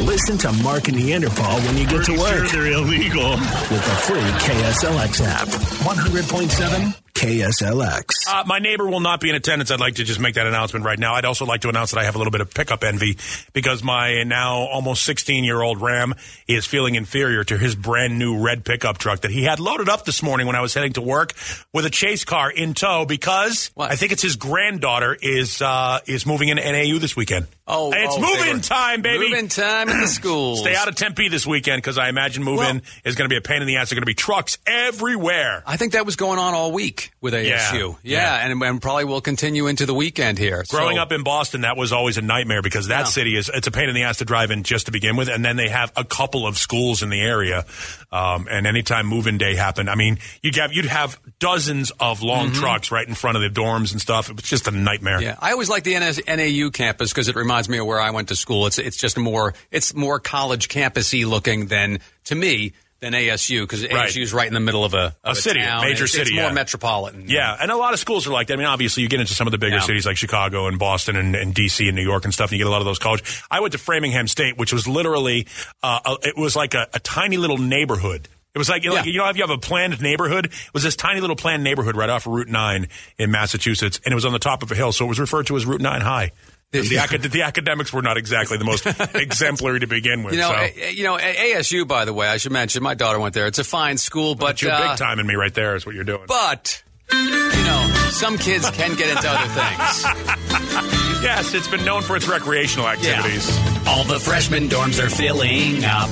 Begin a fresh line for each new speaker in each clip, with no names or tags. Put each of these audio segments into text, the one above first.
Listen to Mark and Neanderthal when you get to
Sure,
work
they're illegal.
with the free KSLX app. 100.7 KSLX.
Uh, my neighbor will not be in attendance. I'd like to just make that announcement right now. I'd also like to announce that I have a little bit of pickup envy because my now almost 16 year old Ram is feeling inferior to his brand new red pickup truck that he had loaded up this morning when I was heading to work with a chase car in tow because
What?
I think it's his granddaughter is uh, is moving in NAU this weekend.
Oh,
And it's
oh, they
moving
were-
time, baby.
Moving time at the school.
Stay out of Tempe this weekend because I imagine move in is going to be a pain in the ass. There are going to be trucks everywhere.
I think that was going on all week with ASU. Yeah,
yeah.
And, and probably will continue into the weekend here.
Growing
So-
up in Boston, that was always a nightmare because that
Yeah.
city is it's a pain in the ass to drive in just to begin with, and then they have a couple of schools in the area. Um, and anytime move-in day happened, I mean, you'd have you'd have dozens of long trucks right in front of the dorms and stuff. It was just a nightmare.
Mm-hmm. Yeah, I always like the NS, NAU campus because it reminds me of where I went to school. It's it's just more it's more college campusy looking than to me than ASU because ASU is right in the middle of a, of
city, a
town,
major
and it's-
city,
It's more
yeah.
metropolitan.
Yeah, and a lot of schools are like that. I mean, obviously, you get into some of the bigger
Yeah.
cities like Chicago and Boston and, and DC and New York and stuff, and you get a lot of those college. I went to Framingham State, which was literally, uh, a, it was like a, a tiny little neighborhood. It was like, like
Yeah.
you know, if you have a planned neighborhood, it was this tiny little planned neighborhood right off Route 9 in Massachusetts, and it was on the top of a hill, so it was referred to as Route 9 High. The, acad- the academics were not exactly the most exemplary to begin with.
You know,
so.
a- a- you know, eh, a- ASU. By the way, I should mention my daughter went there. It's a fine school, but
you're
uh,
big time in me right there is what you're doing.
but you know, some kids can get into other things.
yes, it's been known for its recreational activities.
All the freshman dorms are filling up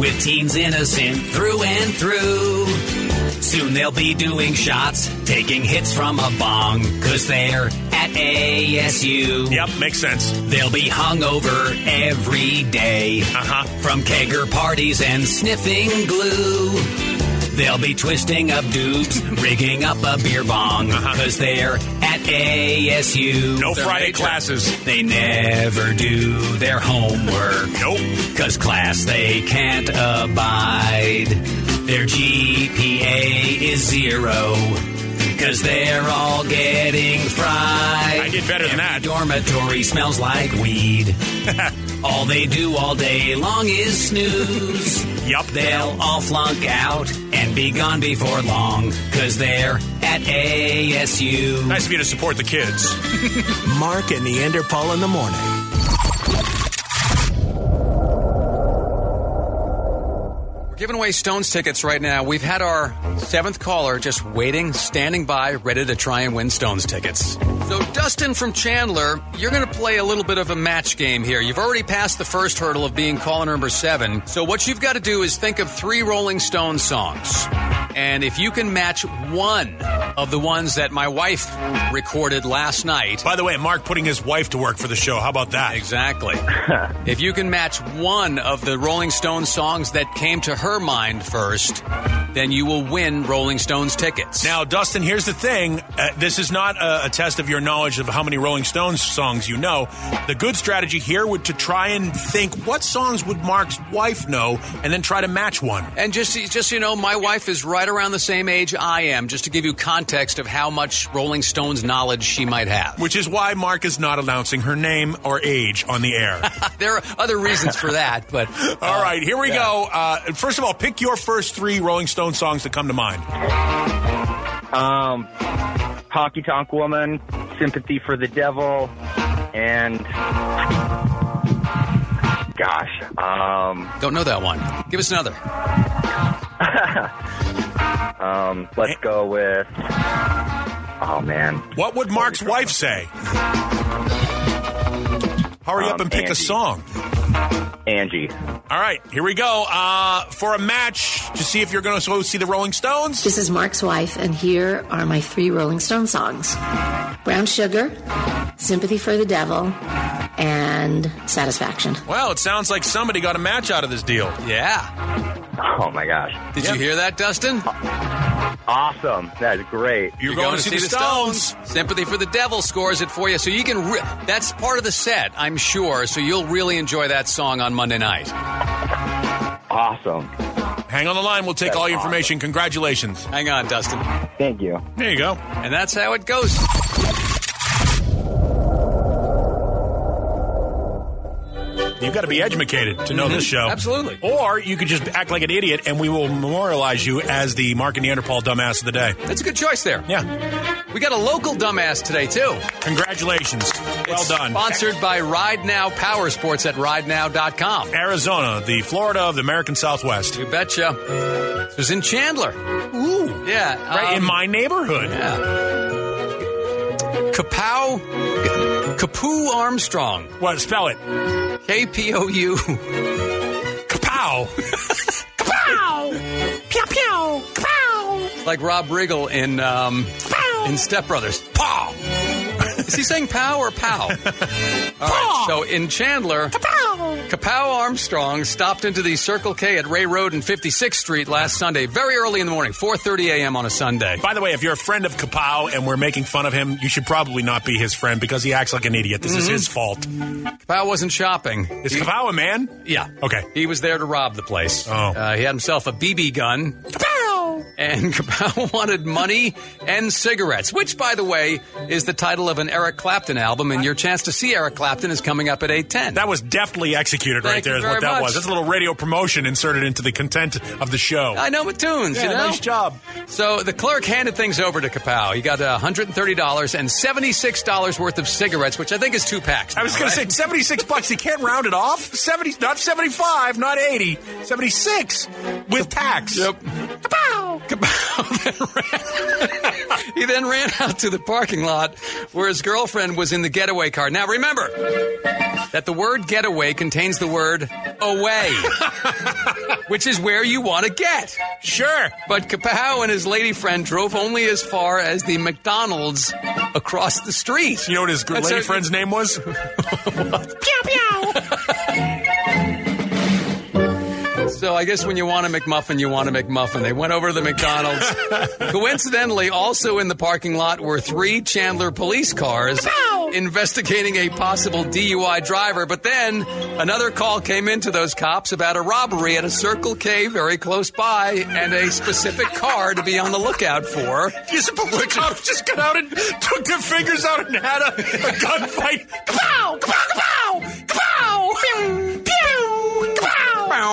with teens innocent through and through. Soon they'll be doing shots, taking hits from a bong, cause they're at ASU.
Yep, makes sense.
They'll be hungover every day
Uh-huh.
from kegger parties and sniffing glue. They'll be twisting up dudes, rigging up a beer bong, cause they're at ASU.
Uh-huh. No
They're
Friday
major.
classes.
They never do their homework.
Nope.
Cause class they can't abide. Their GPA is zero. Cause they're all getting fried.
I did better than
Every
that.
Dormitory smells like weed. all they do all day long is snooze.
Yup.
They'll all flunk out and be gone before long. Cause they're at ASU.
Nice of you to support the kids.
Mark and Neanderthal in the morning.
We're giving away Stones tickets right now. We've had our seventh caller just waiting, standing by, ready to try and win Stones tickets. So, Dustin from Chandler, you're going to play a little bit of a match game here. You've already passed the first hurdle of being caller number seven. So, what you've got to do is think of three Rolling Stones songs. And if you can match one of the ones that my wife recorded last night,
By the way, Mark putting his wife to work for the show. How about that?
Exactly. if you can match one of the Rolling Stones songs that came to her mind first, then you will win Rolling Stones tickets.
Now, Dustin, here's the thing. Uh, this is not a, a test of your knowledge of how many Rolling Stones songs you know. The good strategy here would to try and think what songs would Mark's wife know and then try to match one.
and just just so you know, my wife is right around the same age I am. Just to give you context of how much Rolling Stones knowledge she might have.
Which is why Mark is not announcing her name or age on the air.
there are other reasons for that, but
All right, here we go. Uh, first of all, pick your first three Rolling Stone songs that come to mind.
Um, Hockey Tonk Woman, Sympathy for the Devil, and gosh, um,
don't know that one. Give us another.
um, let's go with. Oh man,
What would Mark's wife say? Hurry up
Um,
and pick a
Andy.
song.
Angie.
All right, here we go. Uh, for a match to see if you're going to go see the Rolling Stones.
This is Mark's wife, and here are my three Rolling Stone songs Brown Sugar, Sympathy for the Devil, and Satisfaction.
Well, it sounds like somebody got a match out of this deal.
Yeah.
Oh my gosh,
Did
Yep.
you hear that, Dustin?
awesome! That is great.
You're, going, to see, the, Stones.
Sympathy for the Devil scores it for you, so you can. Re- that's part of the set, I'm sure. So you'll really enjoy that song on Monday night.
Awesome.
Hang on the line. We'll take
That's
all your information. Congratulations.
Hang on, Dustin.
Thank you.
There you go.
And that's how it goes.
You've got to be educated to know this show.
Absolutely.
Or you could just act like an idiot and we will memorialize you as the Mark and Neanderthal dumbass of the day.
That's a good choice there.
Yeah.
We got a local dumbass today, too.
Congratulations. Well
It's
done.
Sponsored by Ride Now Power Sports at ridenow.com.
Arizona, the Florida of the American Southwest.
You betcha. This was in Chandler.
Ooh.
Yeah.
Right
um,
in my neighborhood.
Kapow. Kapu Armstrong.
What? Spell it.
K P O U.
Kapow. Kapow. Pew pew. Kapow.
Like Rob Riggle in, um,
Pow.
in Step Brothers.
Paw.
Is he saying pow or pow? All right, so in Chandler, Kapow Armstrong stopped into the Circle K at Ray Road and 56th Street last Sunday, very early in the morning, 4.30 a.m. on a Sunday.
By the way, if you're a friend of Kapow and we're making fun of him, you should probably not be his friend because he acts like an idiot. This is
Mm-hmm.
his fault.
Kapow wasn't shopping.
Is
He-
Kapow a man?
Yeah.
Okay.
He was there to rob the place.
Oh.
Uh, he had himself a BB gun. And Kapow wanted money and cigarettes, which, by the way, is the title of an Eric Clapton album. And your chance to see Eric Clapton is coming up at 8.10.
That was deftly executed right
Thank you
there, is
very
what that
much.
was. That's a little radio promotion inserted into the content of the show.
I know my tunes,
yeah,
Uh, you know?
nice job.
So the clerk handed things over to Kapow. He got uh, $130 and $76 worth of cigarettes, which I think is two packs.
I was going
now,
to say
right?
76 bucks. He can't round it off. 70, not 75, not 80, 76 with tax.
Yep. Kapow then ran- he then ran out to the parking lot where his girlfriend was in the getaway car. Now remember that the word getaway contains the word away, which is where you want to get.
Sure.
But Kapow and his lady friend drove only as far as the McDonald's across the street.
You know what his
That's
lady
a-
friend's name was?
So I guess when you want a McMuffin, you want a McMuffin. They went over to the McDonald's. Coincidentally, also in the parking lot were three Chandler police cars investigating a possible DUI driver. But then another call came in to those cops about a robbery at a Circle K very close by and a specific car to be on the lookout for.
You suppose the cops just got out and took their fingers out and had a, a gunfight? Kapow! Kapow! Kapow! Kapow! Pew! Pew! Kapow!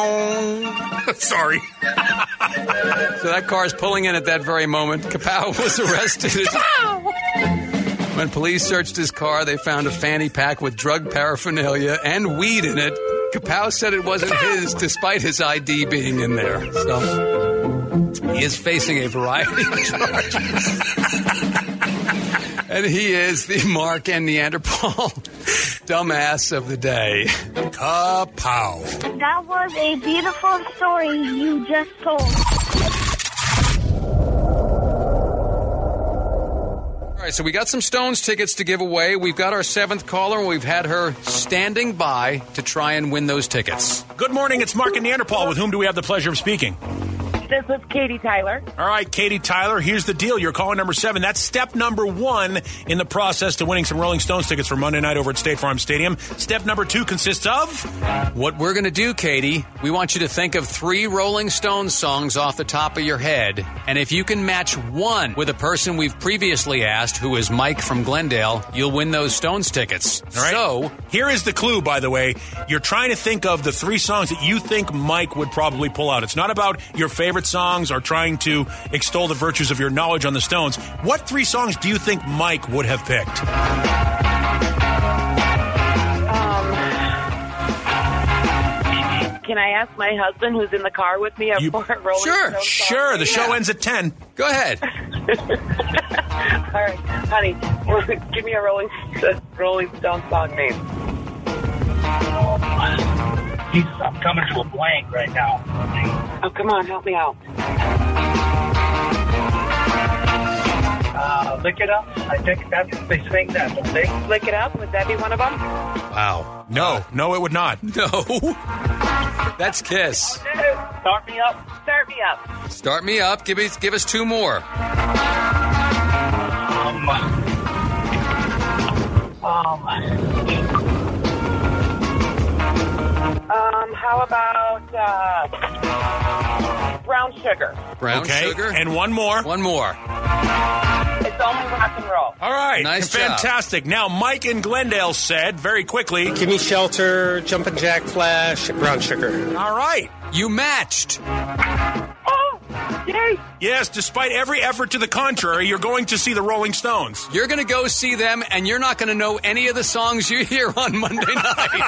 Sorry.
So that car is pulling in at that very moment. Kapow was arrested. When police searched his car, they found a fanny pack with drug paraphernalia and weed in it. Kapow said it wasn't his, despite his ID being in there. So he is facing a variety of charges. and he is the Mark and Neanderthal dumbass of the day.
Kapow.
That was a beautiful story you just told.
All right, so we got some Stones tickets to give away. We've got our seventh caller, and we've had her standing by to try and win those tickets.
Good morning, it's Mark and Neanderthal. With whom do we have the pleasure of speaking?
This is Katie Tyler.
All right, Katie Tyler, here's the deal. You're calling number seven. That's step number one in the process to winning some Rolling Stones tickets for Monday night over at State Farm Stadium. Step number two consists of
What we're going to do, Katie, we want you to think of three Rolling Stones songs off the top of your head. And if you can match one with a person we've previously asked, who is Mike from Glendale, you'll win those Stones tickets.
All right.
So,
here is the clue, by the way. You're trying to think of the three songs that you think Mike would probably pull out. It's not about your favorite songs or trying to extol the virtues of your knowledge on the Stones. What three songs do you think Mike would have picked?
Can I ask my husband, who's in the car with me, a
You-
Fort Rolling
Sure,
Stone song?
Sure, the show ends at 10.
go ahead.
All right, honey, give me a Rolling a Rolling Stone song name.
He's, I'm coming to a blank right now.
Oh, come on, help me out.
Uh, lick it up. I think that's they sing that, don't they?
Lick it up. Would that be one of them?
Wow.
No, no, it would not.
No. That's Kiss.
Start me up. Start me up.
Start me up. Give, me, give us two more.
Um, um,
Um, how about uh, brown sugar?
Brown
okay,
Sugar.
and one more.
one more.
It's only rock and roll.
All right.
Nice job.
Fantastic. Now, Mike in Glendale said very quickly,
Give me shelter, jumpin' jack flash, brown sugar.
all right.
You matched.
Oh, yay!
Yes, despite every effort to the contrary, you're going to see the Rolling Stones.
You're going to go see them, and you're not going to know any of the songs you hear on Monday night.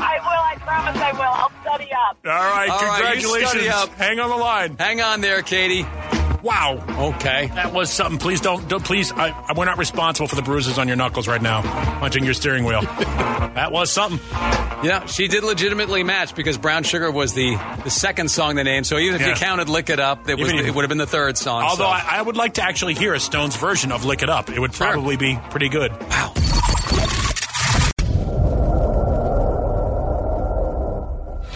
I will. I promise I will. I'll study up.
All right.
All right, you
congratulations.
study up.
Hang on the line.
Hang on there, Katie.
Wow.
Okay.
That was something. Please don't, don't please. I, I- we're not responsible for the bruises on your knuckles right now, punching your steering wheel. that was something.
Yeah, she did legitimately match because Brown Sugar was the, the second song they named. So even if
Yeah.
you counted Lick It Up, it, was,
Even if-
it would have been the third song.
Although
so-
I, I would like to actually hear a Stones version of "Lick It Up," it would
Sure.
probably be pretty good. Wow.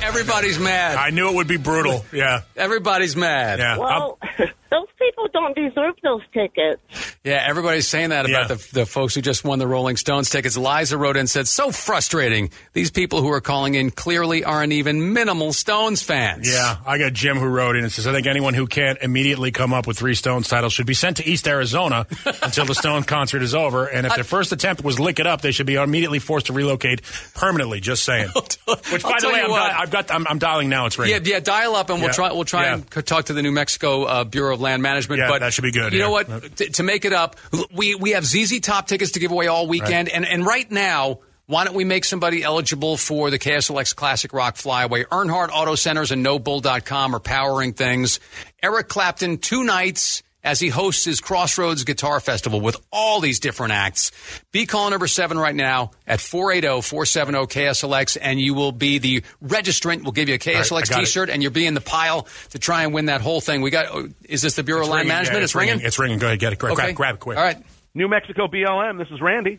everybody's mad.
I knew it would be brutal. Yeah,
everybody's mad.
yeah.
Well, those people don't deserve those tickets.
Yeah, everybody's saying that about
Yeah.
the, the folks who just won the Rolling Stones tickets. Liza wrote in and said, so frustrating. These people who are calling in clearly aren't even minimal Stones fans.
Yeah, I got Jim who wrote in and says, I think anyone who can't immediately come up with three Stones titles should be sent to East Arizona until the Stone concert is over. And if their first attempt was Lick It Up, they should be immediately forced to relocate permanently. Just saying. Which, by
I'll
the
tell
way,
you
I'm,
what.
di- I've got, I'm, I'm dialing now. It's
Yeah,
ringing.
yeah. Dial up, and we'll
Yeah.
try. We'll try
Yeah.
and c- talk to the New Mexico uh, Bureau of Land Management.
Yeah,
but
that should be good,
You know
yeah.
what? T- to make it up, l- we we have ZZ Top tickets to give away all weekend, and and right now. Why don't we make somebody eligible for the KSLX Classic Rock Flyaway? Earnhardt Auto Centers and NoBull.com are powering things. Eric Clapton, two nights as he hosts his Crossroads Guitar Festival with all these different acts. Be call number seven right now at oh, 480-470-KSLX, and you will be the registrant. We'll give you a KSLX
I got it.
t-shirt, and you'll be in the pile to try and win that whole thing. We got, oh, is this the Bureau of Land
Ringing, yeah,
Management? it's ringing?
It's ringing. Go ahead, get it. Grab, grab, grab it quick.
All right.
New Mexico BLM. This is Randy.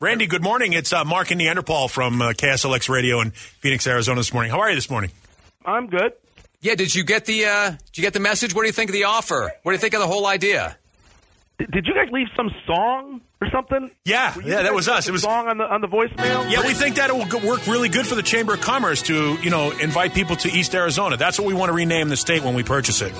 Randy, good morning. It's uh, Mark and Neanderthal from uh, KSLX Radio in Phoenix, Arizona this morning. How are you this morning?
I'm good.
Yeah, did you get the, uh, did you get the message? What do you think of the offer? What do you think of the whole idea?
Did, did you guys leave some song or something?
Yeah,
Were you
yeah, that
guys
was
leaving
us.
some
It was-
song on the on the voicemail.
Yeah, we think that it will go- work really good for the Chamber of Commerce to, you know, invite people to East Arizona. That's what we want to rename the state when we purchase it.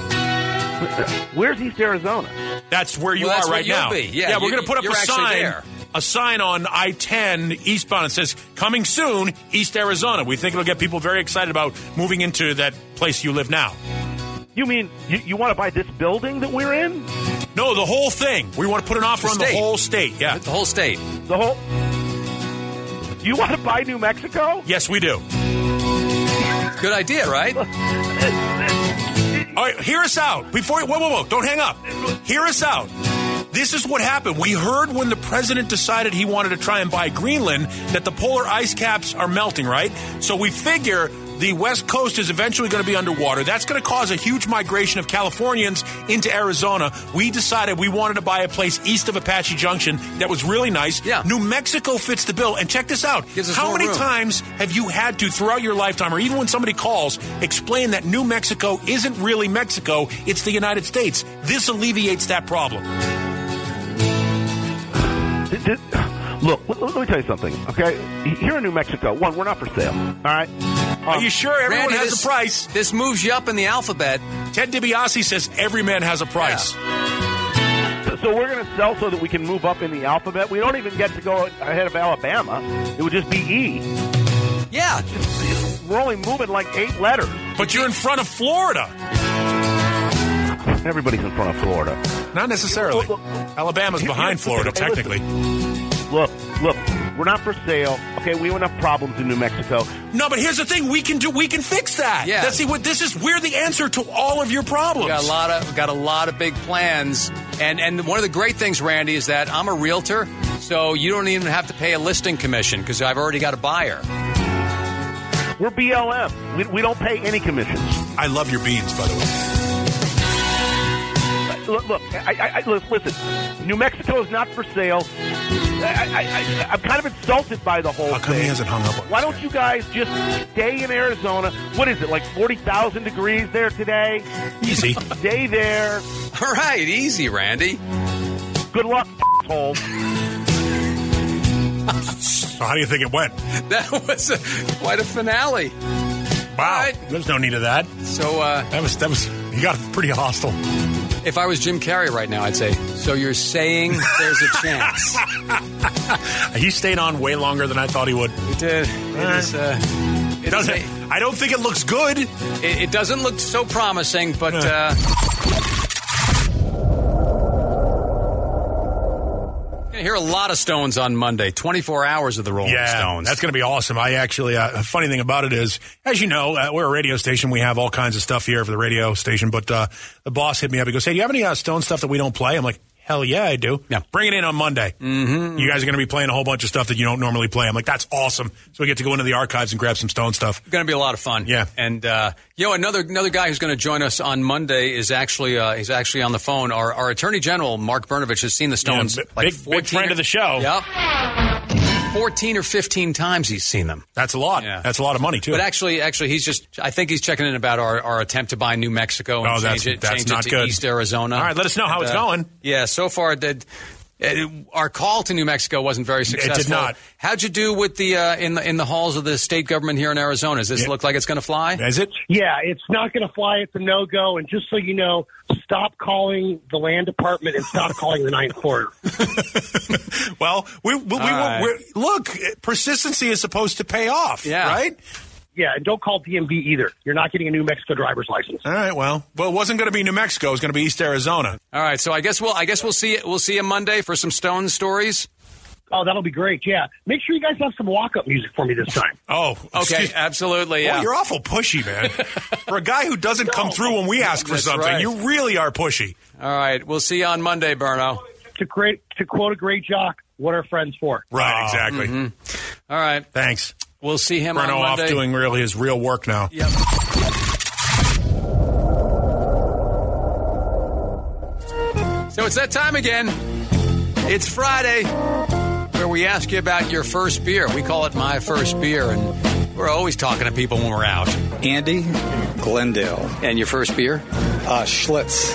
Where's East Arizona?
That's where you
Well, that's
are
where
right
you'll
now.
be. Yeah,
we're
you-
going to put up
you're
a
actually
sign,
there.
a sign on I-10 eastbound. It says "Coming soon, East Arizona." We think it'll get people very excited about moving into that place you live now.
You mean you, you want to buy this building that we're in?
No, the whole thing. We want to put an offer
The
on
state.
the whole state. Yeah.
The whole state.
The whole. You want to buy New Mexico?
Yes, we do.
Good idea, right?
All right, hear us out. Before whoa, whoa, whoa, don't hang up. Hear us out. This is what happened. We heard when the president decided he wanted to try and buy Greenland that the polar ice caps are melting, right? So we figure the West Coast is eventually going to be underwater. That's going to cause a huge migration of Californians into Arizona. We decided we wanted to buy a place east of Apache Junction that was really nice.
Yeah.
New Mexico fits the bill. And check this out.
Gives us
How
more
many
room.
times? times have you had to throughout your lifetime, or even when somebody calls, explain that New Mexico isn't really Mexico, it's the United States? This alleviates that problem.
Did- did- look, let, let me tell you something. Okay, here in New Mexico, one, we're not for sale. All right.
Are you sure everyone
Randy,
has
this-
a price?
This moves you up in the alphabet.
Ted DiBiase says every man has a price.
So, so we're going to sell so that we can move up in the alphabet. We don't even get to go ahead of Alabama. It would just be E.
Yeah.
We're only moving like eight letters.
But you're in front of Florida.
Everybody's in front of Florida.
Not necessarily.
Well,
Alabama's
here-
behind
here's
Florida,
the thing. Hey, listen.
technically.
Look, look, we're not for sale. Okay, we have enough problems in New Mexico.
No, but here's the thing: we can do, we can fix that.
Yeah.
That's see what this is. We're the answer to all of your problems.
We got a lot of we got a lot of big plans, and and one of the great things, Randy, is that I'm a realtor, so you don't even have to pay a listing commission because I've already got a buyer.
We're BLM. We, we don't pay any commissions.
I love your beans, by the way.
Uh, Look, look I, I, I, lis- listen, New Mexico is not for sale. I, I, I, I'm kind of insulted by the whole
How come
thing.
he hasn't hung up on
Why
us
don't
yet?
you guys just stay in Arizona? What is it, like 40,000 degrees there today?
Easy.
Stay there.
All right, easy, Randy.
Good luck, asshole.
so how do you think it went?
That was a, quite a finale.
Wow.
right.
There's no need of that.
So uh,
That was that was. You got pretty hostile.
If I was Jim Carrey right now, I'd say, "So you're saying there's a chance?"
he stayed on way longer than I thought he would. He
did. It is, uh, it
doesn't.
is
I don't think it looks good. It,
it doesn't look so promising, but uh, gonna hear a lot of Stones on Monday. Twenty-four hours of the Rolling
yeah,
Stones.
That's going to be awesome. I actually, uh, a funny thing about it is, as you know, uh, we're a radio station. We have all kinds of stuff here for the radio station. But uh, the boss hit me up. He goes, "Hey, do you have any uh, Stone stuff that we don't play?" I'm like, "Hell yeah, I do. Yeah. Bring it in on Monday. Mm-hmm. You guys are going to be playing a whole bunch of stuff that you don't normally play." I'm like, "That's awesome." So we get to go into the archives and grab some Stone stuff.
going to be a lot of fun.
Yeah.
And uh, you know, another another guy who's going to join us on Monday is actually uh, he's actually on the phone. Our, our Attorney General Mark Bernovich has seen the Stones.
b-
like
big- big
14
friend of the show.
Yep. Fourteen or fifteen times he's seen them.
That's a lot. That's a lot of money too.
But actually, actually, he's just—I think he's checking in about our, our attempt to buy New Mexico and
Oh,
change
that's-
it,
that's
change
not
it to
good.
East Arizona. uh,
All right, let us know how it's going.
Yeah, so far that uh, our call to New Mexico wasn't very
did
successful.
not.
How'd you do with the uh, in the in the halls of the state government here in Arizona? Does this look like it's going to fly?
Is it?
Yeah, it's not going to fly. It's a no go. And just so you know, stop calling the land department and stop calling the ninth quarter.
well, we, we, we
All right.
we're, look. Persistency is supposed to pay off.
Yeah.
Right.
Yeah, and don't call DMV either. You're not getting a New Mexico driver's license.
All right. Well, well, it wasn't going to be New Mexico. It was going to be East Arizona.
All right, so I guess we'll I guess we'll see we'll see you Monday for some Stone stories.
Oh, that'll be great. Yeah. Make sure you guys have some walk up music for me this time.
Oh,
Okay, uh, absolutely. Yeah,
Well, you're awful pushy, man. for a guy who doesn't come through when we ask for
That's
something,
right.
you really are pushy.
All right, we'll see you on Monday, Berno.
To, great, to quote a great jock, what are friends for?
Right. exactly.
All right.
Thanks.
We'll see him Mm-hmm. on
Bruno off
Monday.
doing really his real work now.
Yep. So it's that time again. It's Friday, where we ask you about your first beer. We call it my first beer, and we're always talking to people when we're out.
Andy Glendale.
And your first beer?
Uh, Schlitz.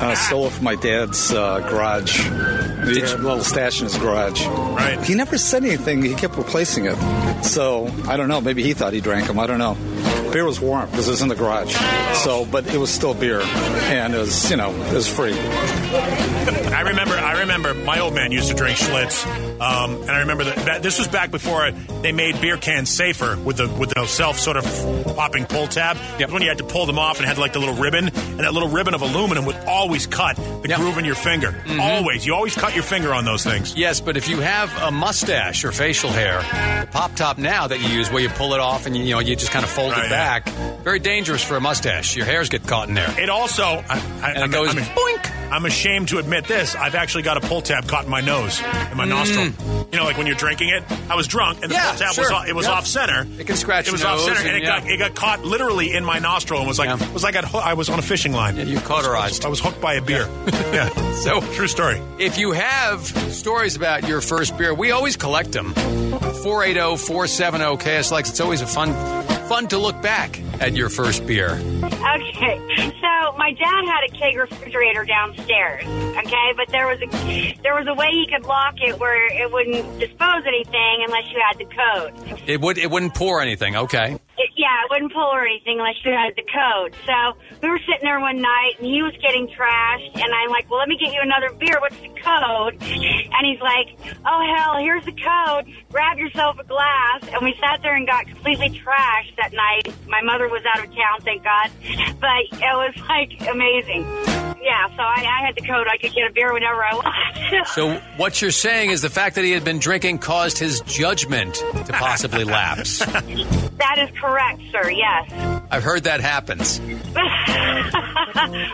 I stole it from my dad's uh, garage. He had a little stash in his garage.
Right.
He never said anything. He kept replacing it. So I don't know. Maybe he thought he drank them. I don't know. Beer was warm because it was in the garage. So, but it was still beer, and it was you know it was free.
I remember. I remember. My old man used to drink Schlitz, um, and I remember that, that this was back before they made beer cans safer with the with the self sort of popping pull tab. When you had to pull them off and had like the little ribbon, and that little ribbon of aluminum would always cut the groove in your finger.
Mm-hmm.
Always, you always cut your finger on those things.
Yes, but if you have a mustache or facial hair, the pop top now that you use, where you pull it off and you, you know you just kind of fold
Right,
it
yeah.
back, very dangerous for a mustache. Your hairs get caught in there.
It also, I, I,
And it
I'm,
goes
I'm,
boink.
I'm ashamed to admit this. I've actually got a pull tab caught in my nose, in my nostril. You know, like when you're drinking it. I was drunk, and the
Mm. Yeah,
pull tab
sure.
was off, it was
Yep.
off center.
It can scratch
It was
your
off center,
nose
and,
and
it
yeah.
got it got caught literally in my nostril, and was like it was like I'd, hoo- I was on a fishing line.
you cauterized.
I was hooked by a beer. Yeah.
So-
true story.
If you have stories about your first beer, we always collect them. oh, 480-470-KSLX. It's always a fun fun to look back at your first beer.
Okay, so my dad had a keg refrigerator downstairs. Okay, but there was a there was a way he could lock it where it wouldn't dispose anything unless you had the code.
It would it wouldn't pour anything, okay.
It, yeah, it wouldn't pull or anything unless you had the code. So we were sitting there one night and he was getting trashed, and I'm like, "Well, let me get you another beer. What's the code?" And he's like, "Oh hell, here's the code. Grab yourself a glass." And we sat there and got completely trashed that night. My mother was out of town, thank God, but it was like amazing. Yeah, so I, I had the code. I could get a beer whenever I wanted.
So what you're saying is the fact that he had been drinking caused his judgment to possibly lapse.
that is correct, sir. Yes,
I've heard that happens.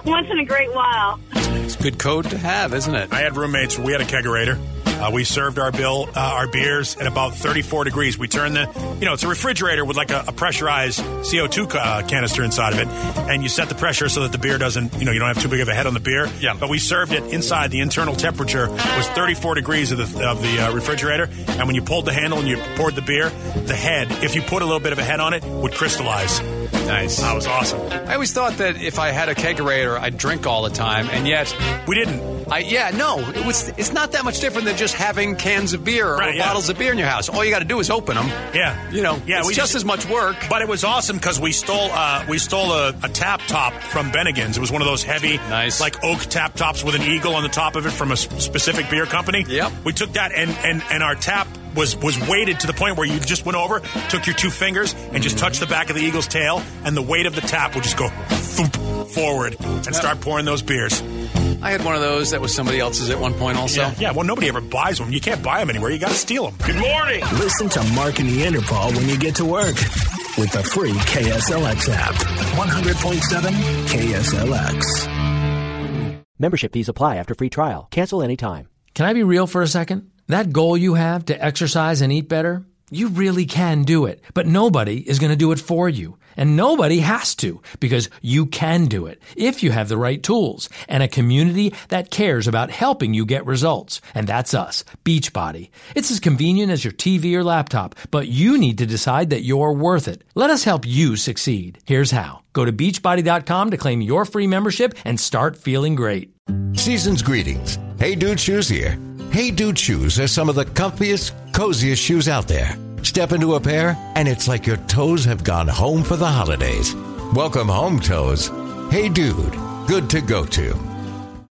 once in a great while.
It's good code to have, isn't it?
I had roommates. We had a kegerator. Uh, we served our bill, uh, our beers at about 34 degrees. We turned the, you know, it's a refrigerator with like a, a pressurized CO2 ca- uh, canister inside of it, and you set the pressure so that the beer doesn't, you know, you don't have too big of a head on the beer. Yeah. But we served it inside. The internal temperature was 34 degrees of the of the uh, refrigerator, and when you pulled the handle and you poured the beer, the head, if you put a little bit of a head on it, would crystallize.
Nice.
That was awesome.
I always thought that if I had a kegerator, I'd drink all the time, and yet
we didn't.
I, yeah, no, it was, it's not that much different than just having cans of beer or
Right, yeah.
bottles of beer in your house. All you got to do is open them.
Yeah,
you know,
yeah,
it's
we
just,
just-
as much work.
But it was awesome because we stole uh, we stole a, a tap top from Bennigan's. It was one of those heavy, nice, like oak tap tops with an eagle on the top of it from a s- specific beer company. Yep. We took that and and and our tap was was weighted to the point where you just went over, took your two fingers, and just touched the back of the eagle's tail, and the weight of the tap would just go thump forward and start pouring those beers.
I had one of those that was somebody else's at one point also.
Yeah, yeah well, nobody ever buys them. You can't buy them anywhere. You got to steal them.
Good morning. Listen to Mark and Neanderthal when you get to work with the free KSLX app. 100.7 KSLX.
Membership fees apply after free trial. Cancel any time.
Can I be real for a second? That goal you have to exercise and eat better, you really can do it. But nobody is going to do it for you. And nobody has to because you can do it if you have the right tools and a community that cares about helping you get results. And that's us, Beachbody. It's as convenient as your TV or laptop, but you need to decide that you're worth it. Let us help you succeed. Here's how. Go to beachbody.com to claim your free membership and start feeling great.
Season's greetings. Hey Dude Shoes here. Hey Dude Shoes are some of the comfiest, coziest shoes out there. Step into a pair, and it's like your toes have gone home for the holidays. Welcome home, toes. Hey Dude, good to go to.